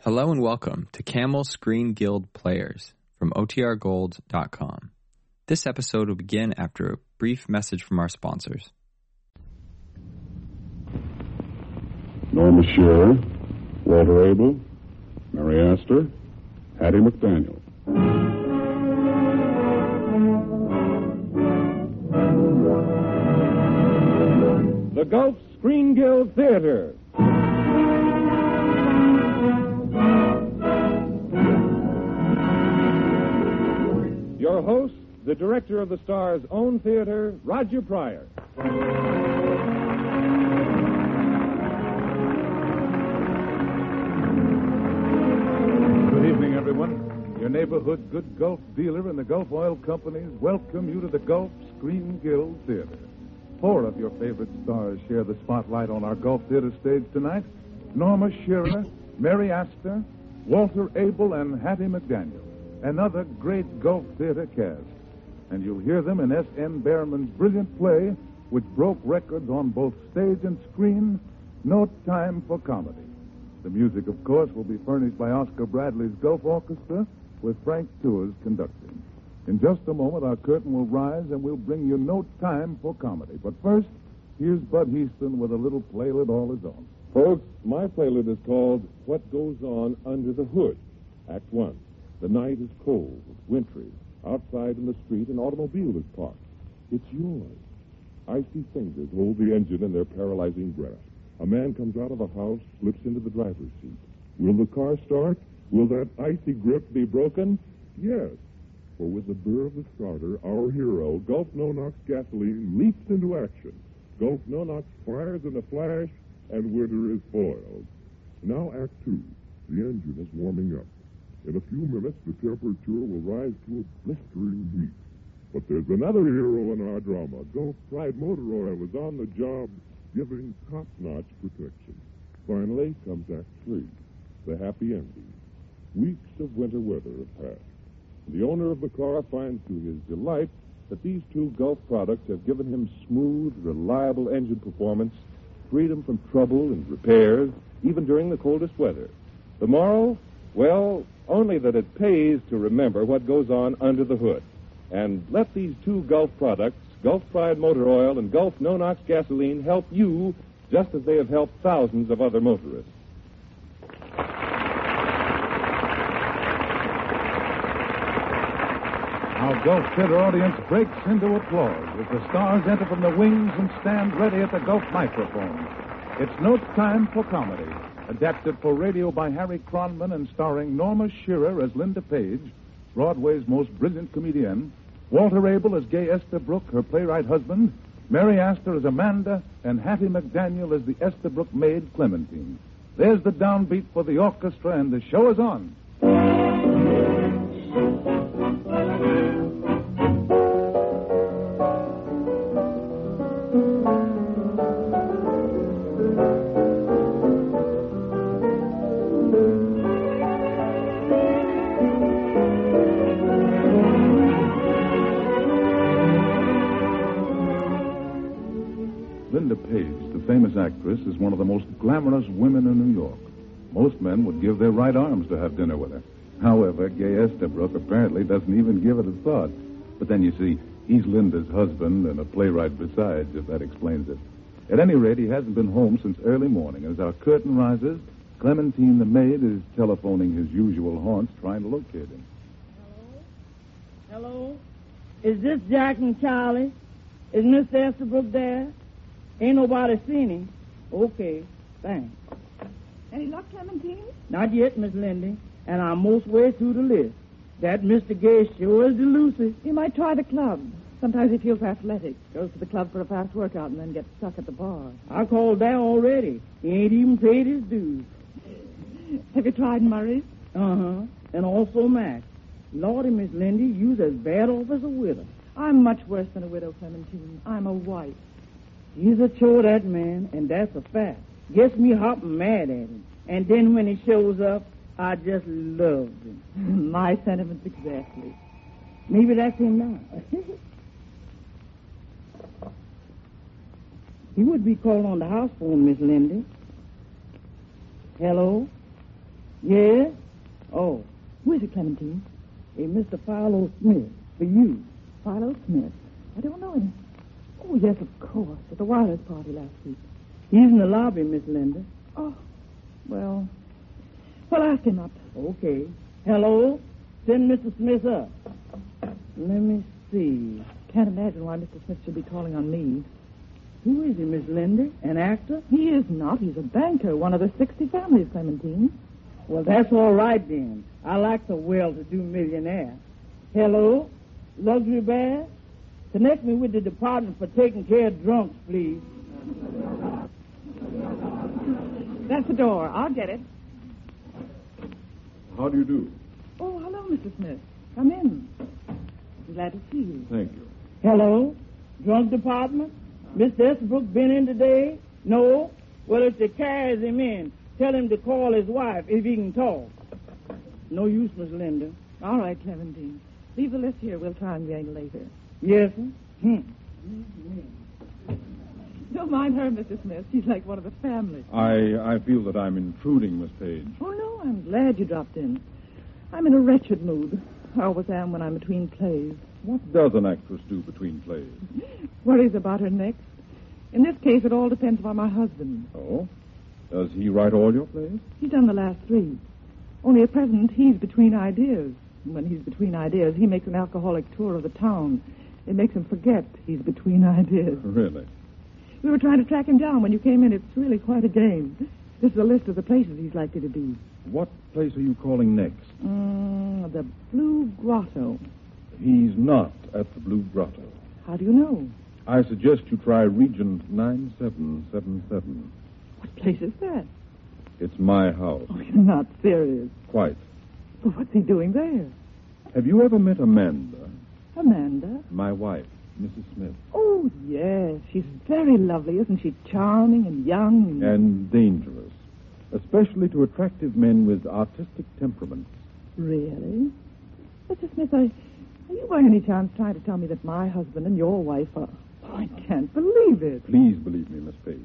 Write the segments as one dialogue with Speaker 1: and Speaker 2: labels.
Speaker 1: Hello and welcome to Camel Screen Guild Players from OTRGold.com. This episode will begin after a brief message from our sponsors.
Speaker 2: Norma Shearer, Walter Abel, Mary Astor, Hattie McDaniel.
Speaker 3: The Gulf Screen Guild Theater. Your host, the director of the star's own theater, Roger Pryor.
Speaker 4: Good evening, everyone. Your neighborhood Good Gulf dealer and the Gulf Oil Companies welcome you to the Gulf Screen Guild Theater. Four of your favorite stars share the spotlight on our Gulf Theater stage tonight Norma Shearer, Mary Astor, Walter Abel, and Hattie McDaniel. Another great Gulf Theater cast. And you'll hear them in S.N. Behrman's brilliant play, which broke records on both stage and screen No Time for Comedy. The music, of course, will be furnished by Oscar Bradley's Gulf Orchestra with Frank Tours conducting. In just a moment, our curtain will rise and we'll bring you no time for comedy. But first, here's Bud Heaston with a little playlet all his own.
Speaker 3: Folks, my playlet is called What Goes On Under the Hood. Act one. The night is cold, it's wintry. Outside in the street, an automobile is parked. It's yours. Icy fingers hold the engine in their paralyzing grasp. A man comes out of a house, slips into the driver's seat. Will the car start? Will that icy grip be broken? Yes. For with the burr of the starter, our hero, Gulf Nonox gasoline, leaps into action. Gulf Nonox fires in a flash, and Winter is foiled. Now, Act Two. The engine is warming up. In a few minutes, the temperature will rise to a blistering heat. But there's another hero in our drama. Gulf Pride Motor Oil is on the job, giving top-notch protection. Finally comes Act Three, the happy ending. Weeks of winter weather have passed. The owner of the car finds to his delight that these two Gulf products have given him smooth, reliable engine performance, freedom from trouble and repairs, even during the coldest weather. The moral? Well, only that it pays to remember what goes on under the hood. And let these two Gulf products, Gulf Pride Motor Oil and Gulf No Nox Gasoline, help you just as they have helped thousands of other motorists.
Speaker 4: Our Gulf Theater audience breaks into applause as the stars enter from the wings and stand ready at the Gulf microphone. It's No Time for Comedy, adapted for radio by Harry Cronman and starring Norma Shearer as Linda Page, Broadway's most brilliant comedienne, Walter Abel as gay Esther Brooke, her playwright husband, Mary Astor as Amanda, and Hattie McDaniel as the Esther Brooke maid Clementine. There's the downbeat for the orchestra, and the show is on. Linda Page, the famous actress, is one of the most glamorous women in New York. Most men would give their right arms to have dinner with her. However, Gay Estabrook apparently doesn't even give it a thought. But then you see, he's Linda's husband and a playwright besides, if that explains it. At any rate, he hasn't been home since early morning. As our curtain rises, Clementine the maid is telephoning his usual haunts, trying to locate him.
Speaker 5: Hello? Is this Jack and Charlie? Is Miss Estabrook there? Ain't nobody seen him. Okay, thanks.
Speaker 6: Any luck, Clementine?
Speaker 5: Not yet, Miss Lindy. And I'm most way through the list. That Mr. Gay sure is elusive.
Speaker 6: You might try the club. Sometimes he feels athletic, goes to the club for a fast workout, and then gets stuck at the bar.
Speaker 5: I called there already. He ain't even paid his dues.
Speaker 6: Have you tried Murray's?
Speaker 5: Uh-huh. And also Max. Lordy, Miss Lindy, you's as bad off as a widow.
Speaker 6: I'm much worse than a widow, Clementine. I'm a wife.
Speaker 5: He's a chore, that man, and that's a fact. Gets me hopping mad at him. And then when he shows up, I just love him.
Speaker 6: My sentiments exactly.
Speaker 5: Maybe that's him now. he would be calling on the house phone, Miss Lindy. Hello? Yeah? Oh,
Speaker 6: Who is it, Clementine?
Speaker 5: a Mr. Philo Smith for you.
Speaker 6: Philo Smith. I don't know him. Oh, yes, of course. At the wireless party last week.
Speaker 5: He's in the lobby, Miss Linda.
Speaker 6: Oh, well. Well, ask him up.
Speaker 5: Okay. Hello? Send Mr. Smith up. Let me see.
Speaker 6: Can't imagine why Mr. Smith should be calling on me.
Speaker 5: Who is he, Miss Linda? An actor?
Speaker 6: He is not. He's a banker, one of the 60 families, Clementine.
Speaker 5: Well, that's all right then. I like the well-to-do millionaire. Hello? Luxury bag? Connect me with the department for taking care of drunks, please.
Speaker 6: That's the door. I'll get it.
Speaker 4: How do you do?
Speaker 6: Oh, hello, Mr. Smith. Come in. I'm glad to see you.
Speaker 4: Thank you.
Speaker 5: Hello? Drunk department? Mr. Estabrook been in today? No? Well, if they carries him in, tell him to call his wife if he can talk. No use, Miss Linda.
Speaker 6: All right, Clementine. Leave the list here. We'll triangulate later.
Speaker 5: Yes, sir? Hmm.
Speaker 6: Don't mind her, Mr. Smith. She's like one of the family.
Speaker 4: I, I feel that I'm intruding, Miss Page.
Speaker 6: Oh, no, I'm glad you dropped in. I'm in a wretched mood. I always am when I'm between plays.
Speaker 4: What does an actress do between plays?
Speaker 6: Worries about her next. In this case, it all depends upon my husband.
Speaker 4: Oh? Does he write all your plays?
Speaker 6: He's done the last three. Only at present, he's between ideas. And When he's between ideas, he makes an alcoholic tour of the town. It makes him forget he's between ideas.
Speaker 4: Really?
Speaker 6: We were trying to track him down when you came in. It's really quite a game. This is a list of the places he's likely to be.
Speaker 4: What place are you calling next?
Speaker 6: Mm, the Blue Grotto.
Speaker 4: He's not at the Blue Grotto.
Speaker 6: How do you know?
Speaker 4: I suggest you try Regent 9777.
Speaker 6: What place is that?
Speaker 4: It's my house.
Speaker 6: Oh, you're not serious.
Speaker 4: Quite.
Speaker 6: Well, what's he doing there?
Speaker 4: Have you ever met Amanda,
Speaker 6: Amanda?
Speaker 4: my wife, Mrs. Smith?
Speaker 6: Oh, yes. She's very lovely, isn't she? Charming and young.
Speaker 4: And dangerous, especially to attractive men with artistic temperaments.
Speaker 6: Really? Mr. Smith, I, are you by any chance trying to tell me that my husband and your wife are... Oh, I can't believe it.
Speaker 4: Please believe me, Miss Page.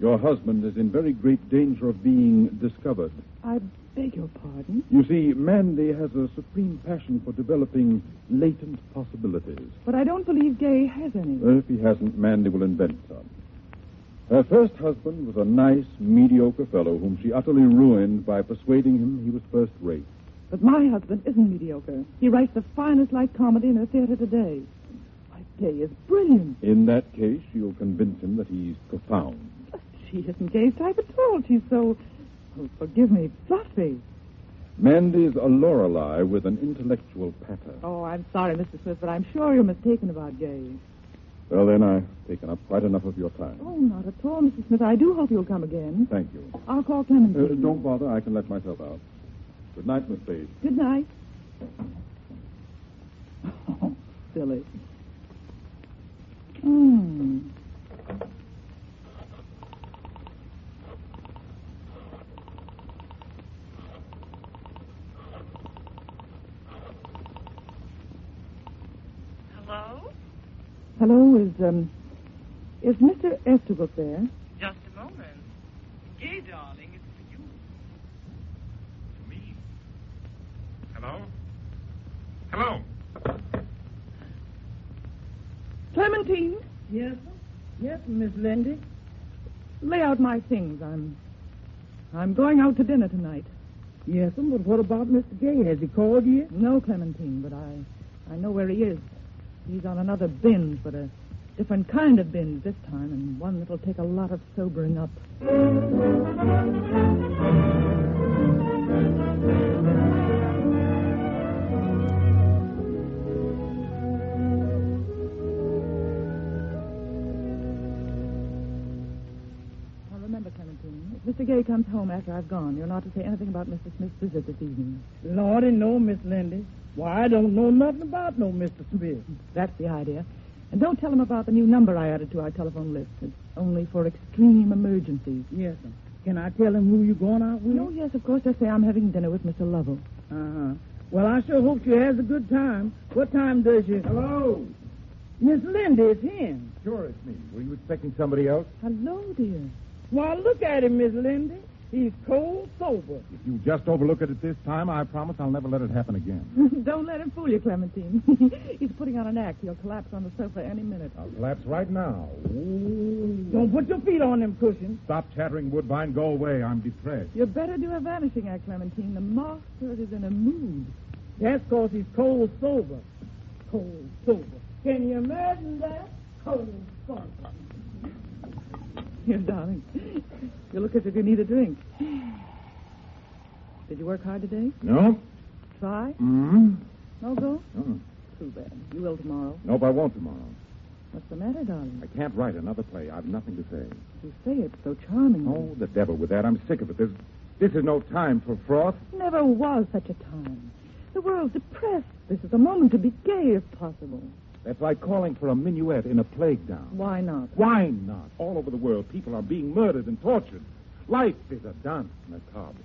Speaker 4: Your husband is in very great danger of being discovered.
Speaker 6: I beg your pardon.
Speaker 4: You see, Mandy has a supreme passion for developing latent possibilities.
Speaker 6: But I don't believe Gay has any.
Speaker 4: Well, if he hasn't, Mandy will invent some. Her first husband was a nice, mediocre fellow whom she utterly ruined by persuading him he was first rate.
Speaker 6: But my husband isn't mediocre. He writes the finest light comedy in the theater today. Why, Gay is brilliant.
Speaker 4: In that case, she'll convince him that he's profound.
Speaker 6: She isn't Gay's type at all. She's so, oh, forgive me, fluffy.
Speaker 4: Mandy's a Lorelei with an intellectual patter.
Speaker 6: Oh, I'm sorry, Mr. Smith, but I'm sure you're mistaken about Gay.
Speaker 4: Well, then, I've taken up quite enough of your time.
Speaker 6: Oh, not at all, Mr. Smith. I do hope you'll come again.
Speaker 4: Thank you.
Speaker 6: I'll call
Speaker 4: Uh,
Speaker 6: Clementine.
Speaker 4: don't bother. I can let myself out. Good night, Miss Page.
Speaker 6: Good night. Oh, silly. Hmm.
Speaker 7: Hello?
Speaker 6: Hello, is um, is Mr. Estabrook there?
Speaker 7: Just a moment. Gay, darling, it's for you.
Speaker 8: Me? Hello? Hello?
Speaker 6: Clementine,
Speaker 5: Yes, sir? Yes, Miss Lindy.
Speaker 6: lay out my things. I'm, I'm going out to dinner tonight.
Speaker 5: Yes, sir, but what about Mr. Gay? Has he called you?
Speaker 6: No, Clementine, but I, I know where he is. He's on another binge, but a different kind of binge this time, and one that'll take a lot of sobering up. Now remember, Clementine, if Mr. Gay comes home after I've gone, you're not to say anything about Mr. Smith's visit this evening.
Speaker 5: Lordy, no, Miss Lindy. Why, I don't know nothing about no Mr. Smith.
Speaker 6: That's the idea. And don't tell him about the new number I added to our telephone list. It's only for extreme emergencies.
Speaker 5: Yes, sir. Can I tell him who you going out with?
Speaker 6: Oh, yes, of course. Just say I'm having dinner with Mr. Lovell.
Speaker 5: Uh-huh. Well, I sure hope she has a good time. What time does she...
Speaker 4: Hello?
Speaker 5: Miss Lindy, it's him.
Speaker 4: Sure, it's me. Were you expecting somebody else?
Speaker 6: Hello, dear.
Speaker 5: Why, look at him, Miss Lindy. He's cold sober.
Speaker 4: If you just overlook it at this time, I promise I'll never let it happen again.
Speaker 6: Don't let him fool you, Clementine. He's putting on an act. He'll collapse on the sofa any minute.
Speaker 4: I'll collapse right now.
Speaker 5: Don't put your feet on them cushions.
Speaker 4: Stop chattering, Woodbine. Go away. I'm depressed.
Speaker 6: You'd better do a vanishing act, Clementine. The master is in a mood.
Speaker 5: That's 'cause he's cold sober. Cold sober. Can you imagine that? Cold sober.
Speaker 6: Here, darling. You look as if you need a drink. Did you work hard today?
Speaker 4: No?
Speaker 6: Try?
Speaker 4: Mm-hmm.
Speaker 6: No go?
Speaker 4: Mm.
Speaker 6: Too bad. You will tomorrow.
Speaker 4: Nope, I won't tomorrow.
Speaker 6: What's the matter, darling?
Speaker 4: I can't write another play. I've nothing to say.
Speaker 6: You say it so charmingly.
Speaker 4: Oh, the devil with that. I'm sick of it. This, this is no time for froth.
Speaker 6: Never was such a time. The world's depressed. This is a moment to be gay, if possible.
Speaker 4: That's like calling for a minuet in a plague down.
Speaker 6: Why not?
Speaker 4: Why not? All over the world, people are being murdered and tortured. Life is a dance macabre.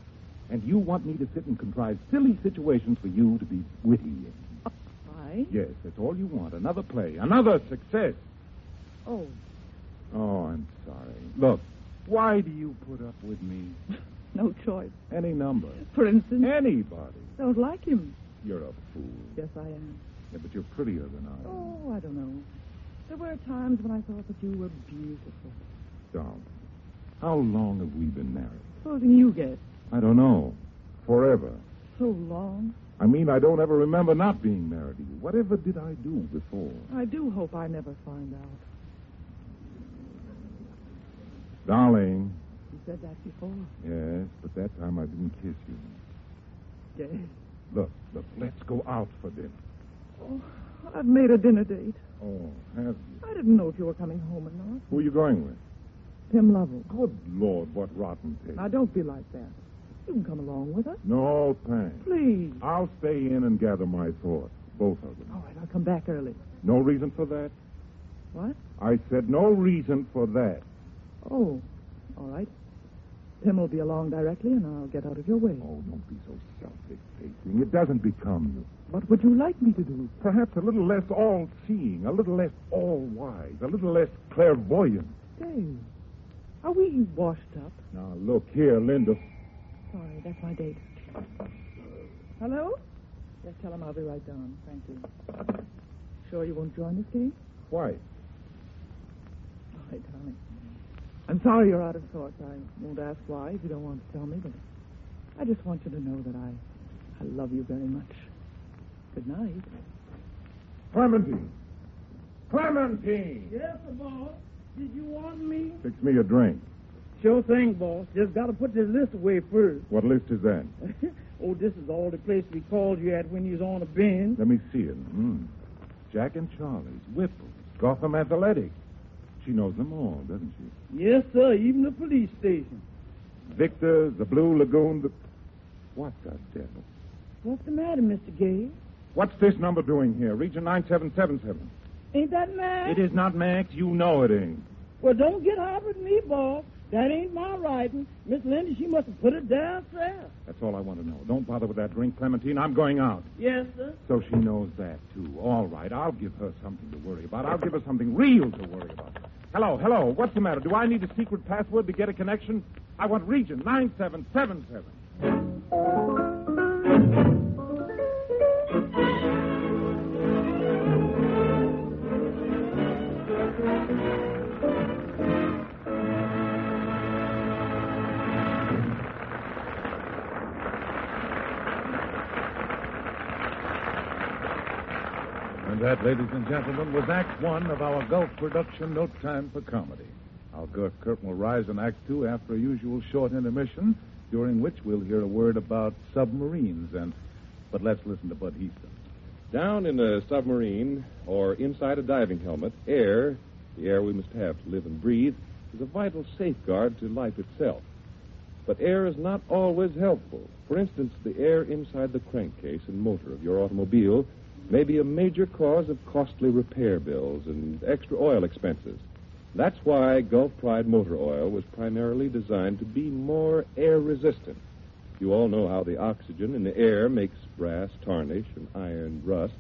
Speaker 4: And you want me to sit and contrive silly situations for you to be witty in.
Speaker 6: Why?
Speaker 4: Yes, that's all you want. Another play, another success.
Speaker 6: Oh,
Speaker 4: Oh, I'm sorry. Look, why do you put up with me?
Speaker 6: no choice.
Speaker 4: Any number.
Speaker 6: For instance,
Speaker 4: Anybody.
Speaker 6: don't like him.
Speaker 4: You're a fool.
Speaker 6: Yes, I am.
Speaker 4: Yeah, but you're prettier than I am.
Speaker 6: Oh, I don't know. There were times when I thought that you were beautiful.
Speaker 4: Darling, how long have we been married?
Speaker 6: Supposing you get
Speaker 4: I don't know. Forever.
Speaker 6: so long.
Speaker 4: I mean, I don't ever remember not being married to you. Whatever did I do before?
Speaker 6: I do hope I never find out.
Speaker 4: Darling.
Speaker 6: You said that before.
Speaker 4: Yes, but that time I didn't kiss you.
Speaker 6: Yes.
Speaker 4: Look, look, let's go out for dinner.
Speaker 6: Oh, I've made a dinner date.
Speaker 4: Oh, have you?
Speaker 6: I didn't know if you were coming home or not.
Speaker 4: Who are you going with?
Speaker 6: Tim Lovell.
Speaker 4: Good Lord, what rotten taste.
Speaker 6: Now, don't be like that. You can come along with us.
Speaker 4: No, thanks.
Speaker 6: Please.
Speaker 4: I'll stay in and gather my thoughts, both of them.
Speaker 6: All right, I'll come back early.
Speaker 4: No reason for that?
Speaker 6: What?
Speaker 4: I said no reason for that.
Speaker 6: Oh, all right. Tim will be along directly, and I'll get out of your way.
Speaker 4: Oh, don't be so self-effacing. It doesn't become you.
Speaker 6: What would you like me to do?
Speaker 4: Perhaps a little less all seeing, a little less all wise, a little less clairvoyant.
Speaker 6: Stay. Are we washed up?
Speaker 4: Now, look here, Linda.
Speaker 6: Sorry, that's my date. Hello? Just tell him I'll be right down. Thank you. Sure you won't join us, Kate?
Speaker 4: Why?
Speaker 6: All right, darling. I'm sorry you're out of sorts. I won't ask why if you don't want to tell me, but I just want you to know that I, I love you very much. Good night.
Speaker 4: Clementine! Clementine!
Speaker 5: Yes, boss. Did you want me?
Speaker 4: Fix me a drink.
Speaker 5: Sure thing, boss. Just got to put this list away first.
Speaker 4: What list is that?
Speaker 5: oh, this is all the place we called you at when you was on a bend.
Speaker 4: Let me see it. Hmm. Jack and Charlie's, Whipple's, Gotham Athletic. She knows them all, doesn't she?
Speaker 5: Yes, sir. Even the police station.
Speaker 4: Victor's, the Blue Lagoon, the... What the devil?
Speaker 5: What's the matter, Mr. Gay?
Speaker 4: What's this number doing here? Region 9777.
Speaker 5: Ain't that mad?
Speaker 4: It is not Max. You know it ain't.
Speaker 5: Well, don't get hot with me, boss. That ain't my writing. Miss Lindy, she must have put it downstairs.
Speaker 4: That's all I want to know. Don't bother with that drink, Clementine. I'm going out.
Speaker 5: Yes, sir.
Speaker 4: So she knows that, too. All right, I'll give her something to worry about. I'll give her something real to worry about. Hello, hello. What's the matter? Do I need a secret password to get a connection? I want region 9777. And that, ladies and gentlemen, was Act One of our Gulf production, No Time for Comedy. Our Gulf curtain will rise in Act Two after a usual short intermission, during which we'll hear a word about submarines. And but let's listen to Bud Heaston.
Speaker 3: Down in a submarine or inside a diving helmet, air, the air we must have to live and breathe, is a vital safeguard to life itself. But air is not always helpful. For instance, the air inside the crankcase and motor of your automobile may be a major cause of costly repair bills and extra oil expenses. That's why Gulf Pride motor oil was primarily designed to be more air resistant. You all know how the oxygen in the air makes brass tarnish and iron rust.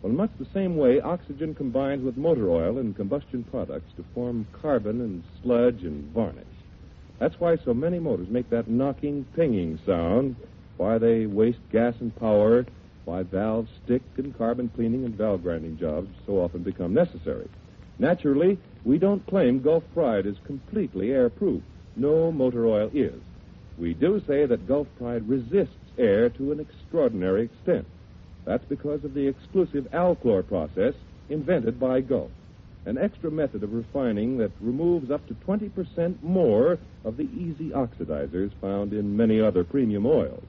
Speaker 3: Well, in much the same way, oxygen combines with motor oil and combustion products to form carbon and sludge and varnish.
Speaker 9: That's why so many motors make that knocking, pinging sound, why they waste gas and power, why valves stick and carbon cleaning and valve grinding jobs so often become necessary. Naturally, we don't claim Gulf Pride is completely airproof. No motor oil is. We do say that Gulf Pride resists air to an extraordinary extent. That's because of the exclusive Alclor process invented by Gulf, an extra method of refining that removes up to 20% more of the easy oxidizers found in many other premium oils.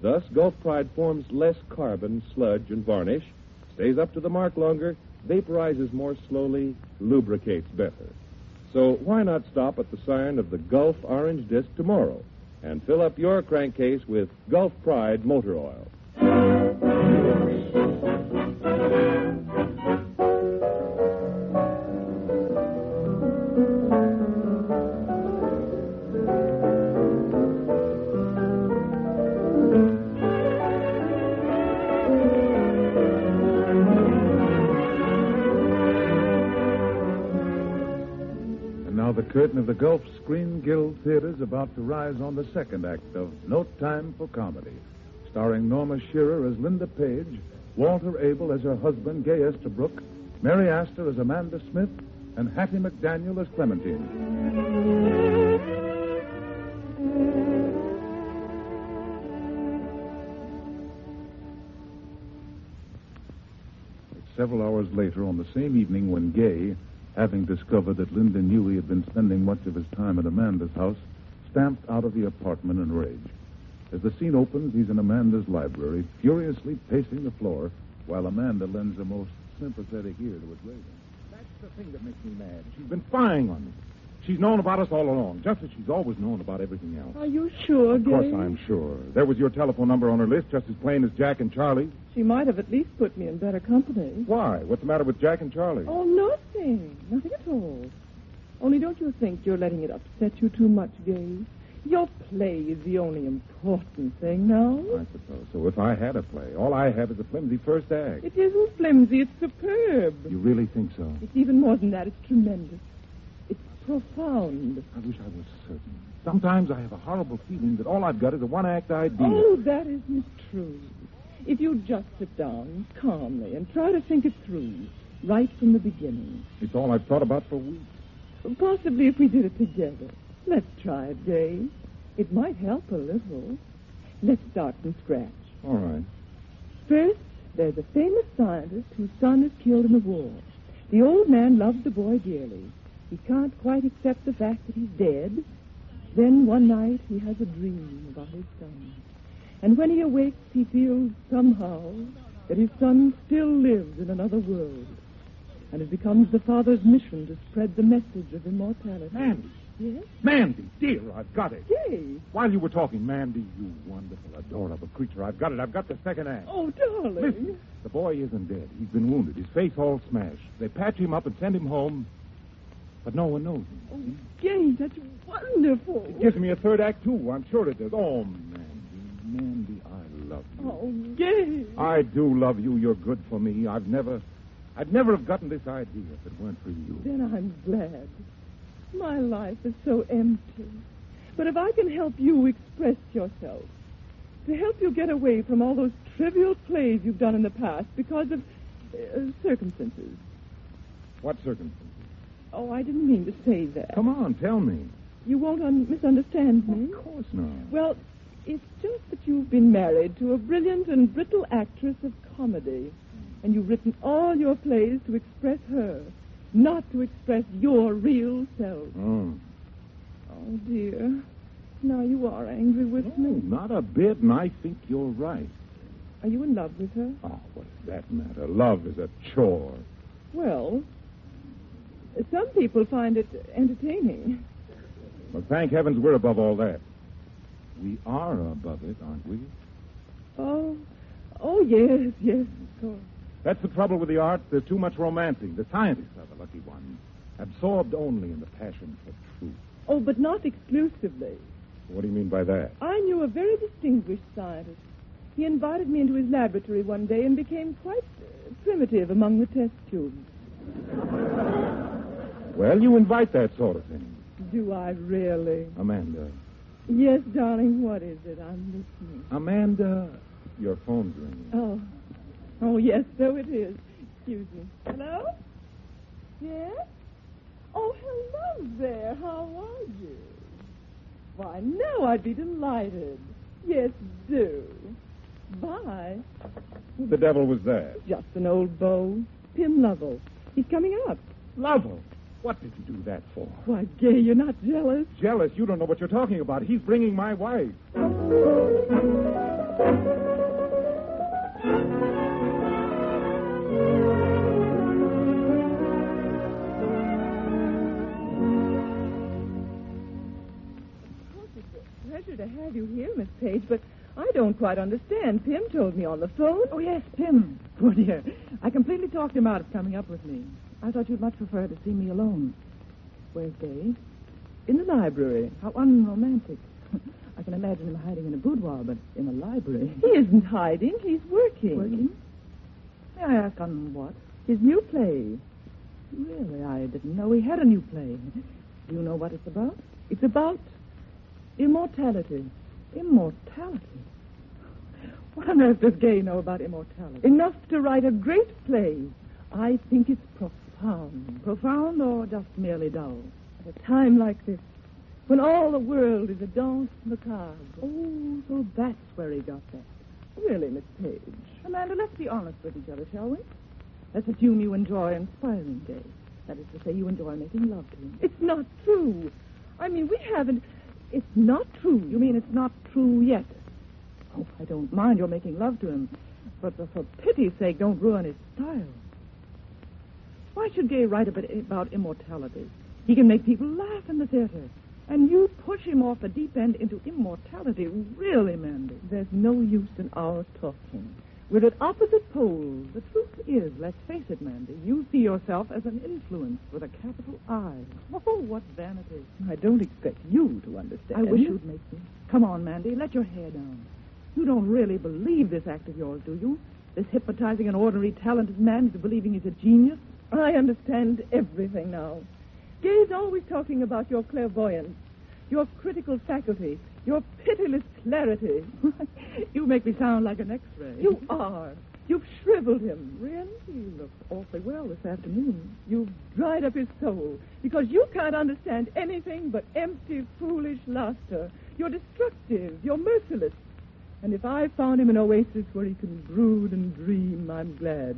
Speaker 9: Thus, Gulf Pride forms less carbon, sludge, and varnish, stays up to the mark longer, vaporizes more slowly, lubricates better. So why not stop at the sign of the Gulf Orange Disc tomorrow and fill up your crankcase with Gulf Pride motor oil?
Speaker 10: And now the curtain of the Gulf Screen Guild Theater is about to rise on the second act of No Time for Comedy, starring Norma Shearer as Linda Page, Walter Abel as her husband, Gay Estabrook, Mary Astor as Amanda Smith, and Hattie McDaniel as Clementine. It's several hours later on the same evening when Gay, having discovered that Linda knew he had been spending much of his time at Amanda's house, stamped out of the apartment in rage. As the scene opens, he's in Amanda's library, furiously pacing the floor, while Amanda lends a most sympathetic ear to his raving.
Speaker 4: That's the thing that makes me mad. She's been spying on me. She's known about us all along, just as she's always known about everything else.
Speaker 6: Are you sure,
Speaker 4: Of course, I'm sure. There was your telephone number on her list, just as plain as Jack and Charlie.
Speaker 6: She might have at least put me in better company.
Speaker 4: Why? What's the matter with Jack and Charlie?
Speaker 6: Oh, nothing. Nothing at all. Only don't you think you're letting it upset you too much, Gay? Your play is the only important thing now.
Speaker 4: I suppose. So if I had a play, all I have is a flimsy first act.
Speaker 6: It isn't flimsy, it's superb.
Speaker 4: You really think so?
Speaker 6: It's even more than that, it's tremendous. It's profound.
Speaker 4: I wish I was certain. Sometimes I have a horrible feeling that all I've got is a one-act idea.
Speaker 6: Oh, that isn't true. If you just sit down calmly and try to think it through, right from the beginning.
Speaker 4: It's all I've thought about for weeks.
Speaker 6: Possibly if we did it together. Let's try it, Gay. It might help a little. Let's start from scratch.
Speaker 4: All right.
Speaker 6: First, there's a famous scientist whose son is killed in the war. The old man loves the boy dearly. He can't quite accept the fact that he's dead. Then one night he has a dream about his son. And when he awakes, he feels somehow that his son still lives in another world. And it becomes the father's mission to spread the message of immortality.
Speaker 4: Mandy,
Speaker 6: Yes?
Speaker 4: Mandy, dear, I've got it.
Speaker 6: Gay.
Speaker 4: While you were talking, Mandy, you wonderful, adorable creature, I've got it. I've got the second act.
Speaker 6: Oh, darling.
Speaker 4: Listen, the boy isn't dead. He's been wounded. His face all smashed. They patch him up and send him home, but no one knows him.
Speaker 6: Oh, Gay, that's wonderful.
Speaker 4: It gives me a third act, too. I'm sure it does. Oh, Mandy, Mandy, I love you.
Speaker 6: Oh, Gay.
Speaker 4: I do love you. You're good for me. I've never, I'd never have gotten this idea if it weren't for you.
Speaker 6: Then I'm glad. My life is so empty. But if I can help you express yourself, to help you get away from all those trivial plays you've done in the past because of uh, circumstances.
Speaker 4: What circumstances?
Speaker 6: Oh, I didn't mean to say that.
Speaker 4: Come on, tell me.
Speaker 6: You won't un- misunderstand me.
Speaker 4: Of course not.
Speaker 6: Well, it's just that you've been married to a brilliant and brittle actress of comedy, and you've written all your plays to express her, not to express your real self.
Speaker 4: Oh.
Speaker 6: Oh, dear. Now you are angry with me.
Speaker 4: not a bit, and I think you're right.
Speaker 6: Are you in love with her?
Speaker 4: Oh, what does that matter? Love is a chore.
Speaker 6: Well, some people find it entertaining.
Speaker 4: Well, thank heavens we're above all that. We are above it, aren't we?
Speaker 6: Oh, oh, yes, yes, of course.
Speaker 4: That's the trouble with the art. There's too much romancing. The scientists are the lucky ones, absorbed only in the passion for truth.
Speaker 6: Oh, but not exclusively.
Speaker 4: What do you mean by that?
Speaker 6: I knew a very distinguished scientist. He invited me into his laboratory one day and became quite uh, primitive among the test tubes.
Speaker 4: Well, you invite that sort of thing.
Speaker 11: Do I really?
Speaker 4: Amanda.
Speaker 11: Yes, darling, what is it? I'm listening.
Speaker 4: Amanda, your phone's ringing.
Speaker 11: Oh. Oh, yes, so it is. Excuse me. Hello? Yes? Oh, hello there. How are you? Why, no, I'd be delighted. Yes, do. Bye.
Speaker 4: Who the devil was that?
Speaker 11: Just an old beau. Pim Lovell. He's coming up.
Speaker 4: Lovell. What did you do that for?
Speaker 11: Why, Gay, you're not jealous?
Speaker 4: Jealous? You don't know what you're talking about. He's bringing my wife.
Speaker 11: Of course, it's a pleasure to have you here, Miss Page, but I don't quite understand. Pim told me on the phone.
Speaker 6: Oh, yes, Pim. Poor dear. I completely talked him out of coming up with me. I thought you'd much prefer to see me alone. Where's Dave?
Speaker 11: In the library.
Speaker 6: How unromantic. I can imagine him hiding in a boudoir, but in a library.
Speaker 11: He isn't hiding. He's working.
Speaker 6: Working? May I ask on what?
Speaker 11: His new play.
Speaker 6: Really, I didn't know he had a new play. Do you know what it's about?
Speaker 11: It's about immortality.
Speaker 6: Immortality? What on earth does Gay know about immortality?
Speaker 11: Enough to write a great play. I think it's profound.
Speaker 6: Profound or just merely dull?
Speaker 11: At a time like this, when all the world is a dance macabre.
Speaker 6: Oh, so that's where he got that.
Speaker 11: Really, Miss Page.
Speaker 6: Amanda, let's be honest with each other, shall we? Let's assume you enjoy inspiring Gay. That is to say, you enjoy making love to him.
Speaker 11: It's not true. I mean, we haven't. It's not true.
Speaker 6: You mean it's not true yet? Oh, I don't mind your making love to him, but for, for pity's sake, don't ruin his style. Why should Gay write about, about immortality? He can make people laugh in the theater. And you push him off the deep end into immortality. Really, Mandy.
Speaker 11: There's no use in our talking. We're at opposite poles.
Speaker 6: The truth is, let's face it, Mandy, you see yourself as an influence with a capital I. Oh, what vanity.
Speaker 11: I don't expect you to understand.
Speaker 6: I wish you'd make me. Come on, Mandy, let your hair down. You don't really believe this act of yours, do you? This hypnotizing an ordinary, talented man into believing he's a genius?
Speaker 11: I understand everything now. Gay's always talking about your clairvoyance, your critical faculty, your pitiless clarity.
Speaker 6: you make me sound like an X-ray.
Speaker 11: You are. You've shriveled him.
Speaker 6: Really? You look awfully well this afternoon.
Speaker 11: You've dried up his soul because you can't understand anything but empty, foolish laughter. You're destructive. You're merciless. And if I found him an oasis where he can brood and dream, I'm glad.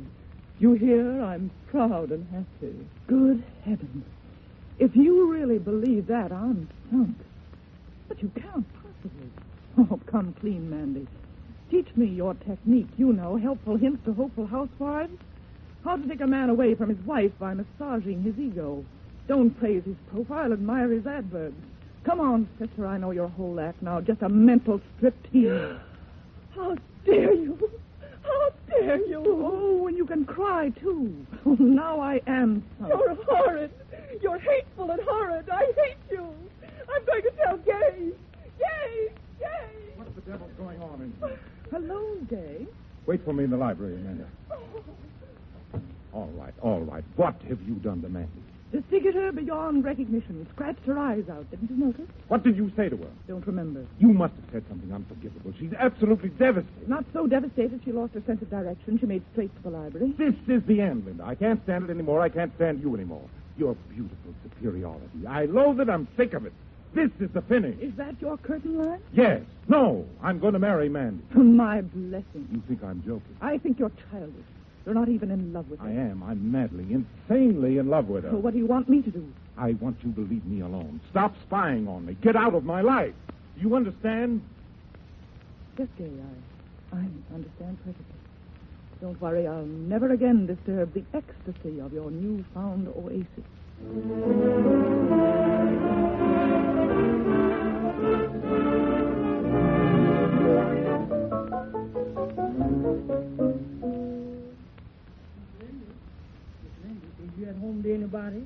Speaker 11: You hear? I'm proud and happy.
Speaker 6: Good heavens. If you really believe that, I'm sunk. But you can't possibly. Oh, come clean, Mandy. Teach me your technique, you know, helpful hints to hopeful housewives. How to take a man away from his wife by massaging his ego. Don't praise his profile, admire his adverbs. Come on, sister, I know your whole act now. Just a mental striptease.
Speaker 11: How dare you? How dare you?
Speaker 6: Oh, and you can cry, too. Oh, now I am. Sunk.
Speaker 11: You're horrid. You're hateful and horrid. I hate you. I'm going to tell Gay. Gay! Gay!
Speaker 4: What the devil's going on in here?
Speaker 6: Hello, Gay.
Speaker 4: Wait for me in the library, Amanda. All right, all right. What have you done to Mandy?
Speaker 6: Disfigured her beyond recognition. Scratched her eyes out. Didn't you notice?
Speaker 4: What did you say to her?
Speaker 6: Don't remember.
Speaker 4: You must have said something unforgivable. She's absolutely devastated.
Speaker 6: Not so devastated she lost her sense of direction. She made straight for the library.
Speaker 4: This is the end, Linda. I can't stand it anymore. I can't stand you anymore. Your beautiful superiority. I loathe it. I'm sick of it. This is the finish.
Speaker 6: Is that your curtain line? Oh,
Speaker 4: Yes. No. I'm going to marry Mandy.
Speaker 6: My blessing.
Speaker 4: You think I'm joking?
Speaker 6: I think you're childish. You're not even in love with her.
Speaker 4: I am. I'm madly, insanely in love with her.
Speaker 6: So what do you want me to do?
Speaker 4: I want you to leave me alone. Stop spying on me. Get out of my life. Do you understand?
Speaker 6: Yes, Gay, I, I understand perfectly. Don't worry, I'll never again disturb the ecstasy of your newfound oasis.
Speaker 12: you at home to anybody?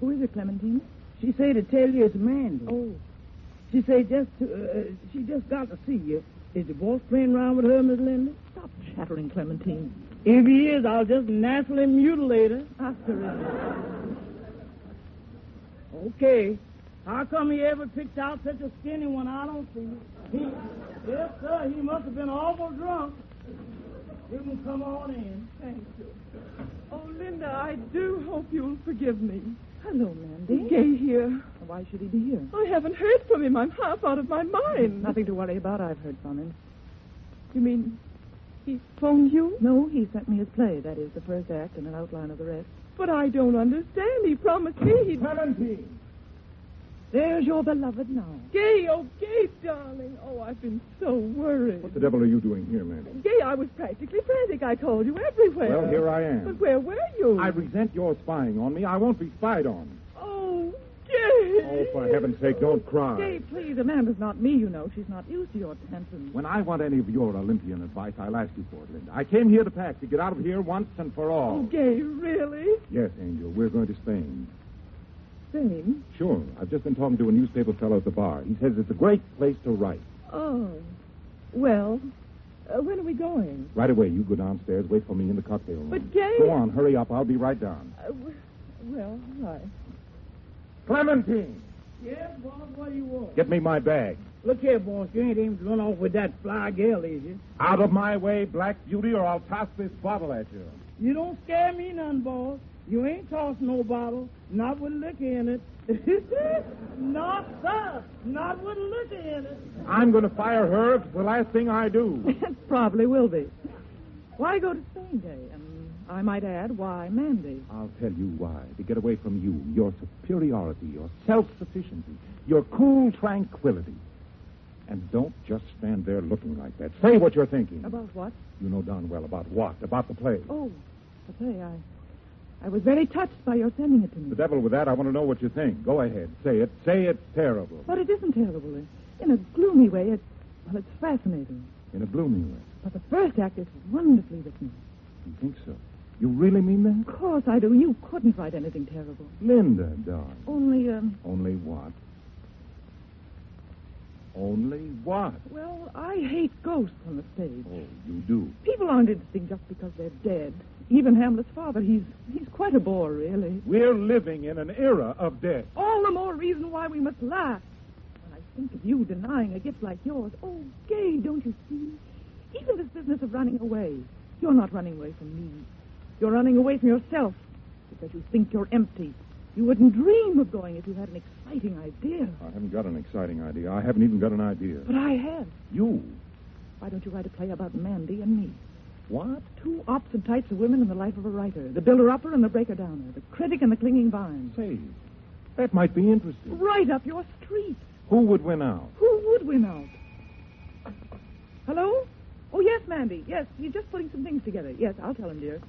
Speaker 6: Who is it, Clementine?
Speaker 12: She say to tell you it's Mandy.
Speaker 6: Oh.
Speaker 12: She say just to, uh, she just got to see you. Is the boss playing around with her, Miss Linda?
Speaker 6: Stop chattering, Clementine.
Speaker 12: If he is, I'll just naturally
Speaker 13: Ah,
Speaker 12: mutilate her.
Speaker 6: After it.
Speaker 12: Okay.
Speaker 6: How come he ever picked out such a skinny one? I don't see. He, yes, sir, he must have been awful drunk. You can come on in.
Speaker 14: Thank you. Oh, Linda, I do hope you'll forgive me.
Speaker 13: Hello, Mandy.
Speaker 14: Is Gay here?
Speaker 13: Why should he be here?
Speaker 14: I haven't heard from him. I'm half out of my mind.
Speaker 13: Nothing to worry about. I've heard from him.
Speaker 14: You mean he phoned you?
Speaker 13: No, he sent me his play. That is the first act and an outline of the rest.
Speaker 14: But I don't understand. He promised me he'd.
Speaker 4: Valentine!
Speaker 13: There's your beloved now.
Speaker 14: Gay, oh, Gay, darling. Oh, I've been so worried.
Speaker 4: What the devil are you doing here, Mandy?
Speaker 14: Gay, I was practically frantic. I called you everywhere.
Speaker 4: Well, here I am.
Speaker 14: But where were you?
Speaker 4: I resent your spying on me. I won't be spied on.
Speaker 14: Oh, Gay.
Speaker 4: Oh, for heaven's sake, don't cry.
Speaker 13: Gay, please, Amanda's not me, you know. She's not used to your tantrums.
Speaker 4: When I want any of your Olympian advice, I'll ask you for it, Linda. I came here to pack, to get out of here once and for all.
Speaker 14: Oh, Gay, really?
Speaker 4: Yes, Angel, we're going to Spain.
Speaker 14: Spain?
Speaker 4: Sure. I've just been talking to a newspaper fellow at the bar. He says it's a great place to write.
Speaker 14: Oh. Well, uh, when are we going?
Speaker 4: Right away, you go downstairs, wait for me in the cocktail room.
Speaker 14: But, Gay.
Speaker 4: Go on, hurry up. I'll be right down.
Speaker 14: Uh, w- well, all right.
Speaker 4: Clementine,
Speaker 6: Yes, boss, what do you want?
Speaker 4: get me my bag.
Speaker 6: Look here, boss. You ain't even run off with that fly girl, is you?
Speaker 4: Out of my way, Black Beauty, or I'll toss this bottle at you.
Speaker 6: You don't scare me none, boss. You ain't tossed no bottle, not with liquor in it. not, sir, not with liquor in it.
Speaker 4: I'm going to fire her if it's the last thing I do.
Speaker 13: It probably will be. Why go to Spain Day? And I might add, why Mandy?
Speaker 4: I'll tell you why. To get away from you, your superiority, your self sufficiency, your cool tranquility. And don't just stand there looking like that. Say what you're thinking.
Speaker 13: About what?
Speaker 4: You know darn well about what? About the play.
Speaker 13: Oh, the play. I, I was very touched by your sending it to me.
Speaker 4: The devil with that. I want to know what you think. Go ahead. Say it. Say it's terrible.
Speaker 13: But it isn't terrible. In a gloomy way, it's, well, it's fascinating.
Speaker 4: In a gloomy way.
Speaker 13: But the first act is wonderfully written.
Speaker 4: You think so? You really mean that?
Speaker 13: Of course I do. You couldn't write anything terrible.
Speaker 4: Linda, darling.
Speaker 13: Only, um,
Speaker 4: Only what? Only what?
Speaker 13: well, I hate ghosts on the stage.
Speaker 4: Oh, you do.
Speaker 13: People aren't interesting just because they're dead. Even Hamlet's father, he's he's quite a bore, really.
Speaker 4: We're living in an era of death.
Speaker 13: All the more reason why we must laugh. When I think of you denying a gift like yours, oh, gay, don't you see? Even this business of running away, you're not running away from me. You're running away from yourself because you think you're empty. You wouldn't dream of going if you had an exciting idea.
Speaker 4: I haven't got an exciting idea. I haven't even got an idea.
Speaker 13: But I have.
Speaker 4: You?
Speaker 13: Why don't you write a play about Mandy and me?
Speaker 4: What?
Speaker 13: Two opposite types of women in the life of a writer the builder upper and the breaker downer, the critic and the clinging vine.
Speaker 4: Say, that might be interesting.
Speaker 13: Right up your street.
Speaker 4: Who would win out?
Speaker 13: Who would win out? Hello? Oh, yes, Mandy. Yes, he's just putting some things together. Yes, I'll tell him, dear.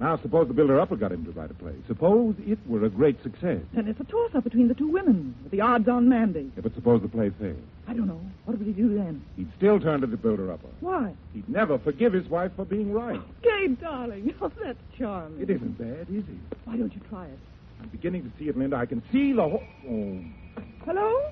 Speaker 4: Now, suppose the builder upper got him to write a play. Suppose it were a great success.
Speaker 13: Then it's a toss up between the two women, with the odds on Mandy.
Speaker 4: Yeah, but suppose the play failed.
Speaker 13: I don't know. What would he do then?
Speaker 4: He'd still turn to the builder upper.
Speaker 13: Why?
Speaker 4: He'd never forgive his wife for being right.
Speaker 13: Gay, darling. Oh, that's charming.
Speaker 4: It isn't bad, is it?
Speaker 13: Why don't you try it?
Speaker 4: I'm beginning to see it, Linda. I can see the whole. Oh.
Speaker 13: Hello?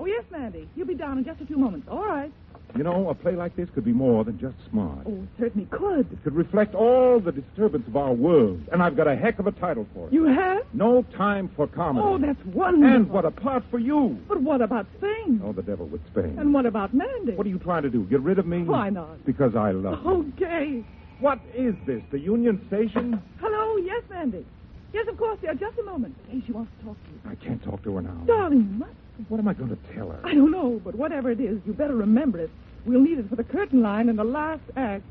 Speaker 13: Oh, yes, Mandy. You'll be down in just a few moments. All right.
Speaker 4: You know, a play like this could be more than just smart.
Speaker 13: Oh, certainly could.
Speaker 4: It could reflect all the disturbance of our world, and I've got a heck of a title for it.
Speaker 13: You have?
Speaker 4: No time for comedy.
Speaker 13: Oh, that's wonderful.
Speaker 4: And what a part for you.
Speaker 13: But what about Spain?
Speaker 4: Oh, the devil with Spain.
Speaker 13: And what about Mandy?
Speaker 4: What are you trying to do? Get rid of me?
Speaker 13: Why not?
Speaker 4: Because I love you.
Speaker 13: Oh, Gay.
Speaker 4: What is this? The Union Station?
Speaker 13: Hello, yes, Mandy. Yes, of course, dear. Just a moment. Hey, she wants to talk to you.
Speaker 4: I can't talk to her now.
Speaker 13: Darling, you must.
Speaker 4: What am I going to tell her?
Speaker 13: I don't know, but whatever it is, you better remember it. We'll need it for the curtain line in the last act.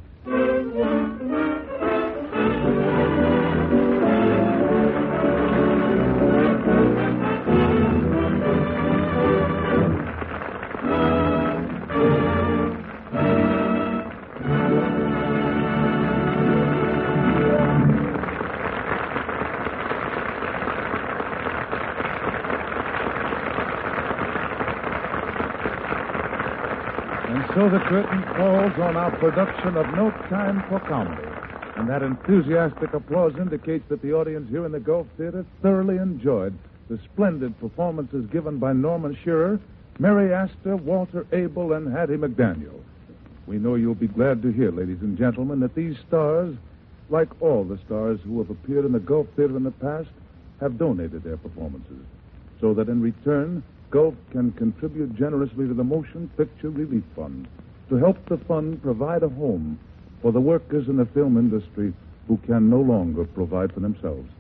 Speaker 15: And so the curtain falls on our production of No Time for Comedy. And that enthusiastic applause indicates that the audience here in the Gulf Theater thoroughly enjoyed the splendid performances given by Norman Shearer, Mary Astor, Walter Abel, and Hattie McDaniel. We know you'll be glad to hear, ladies and gentlemen, that these stars, like all the stars who have appeared in the Gulf Theater in the past, have donated their performances.
Speaker 4: so that in return, Gulf can contribute generously to the Motion Picture Relief Fund to help the fund provide a home for the workers in the film industry who can no longer provide for themselves.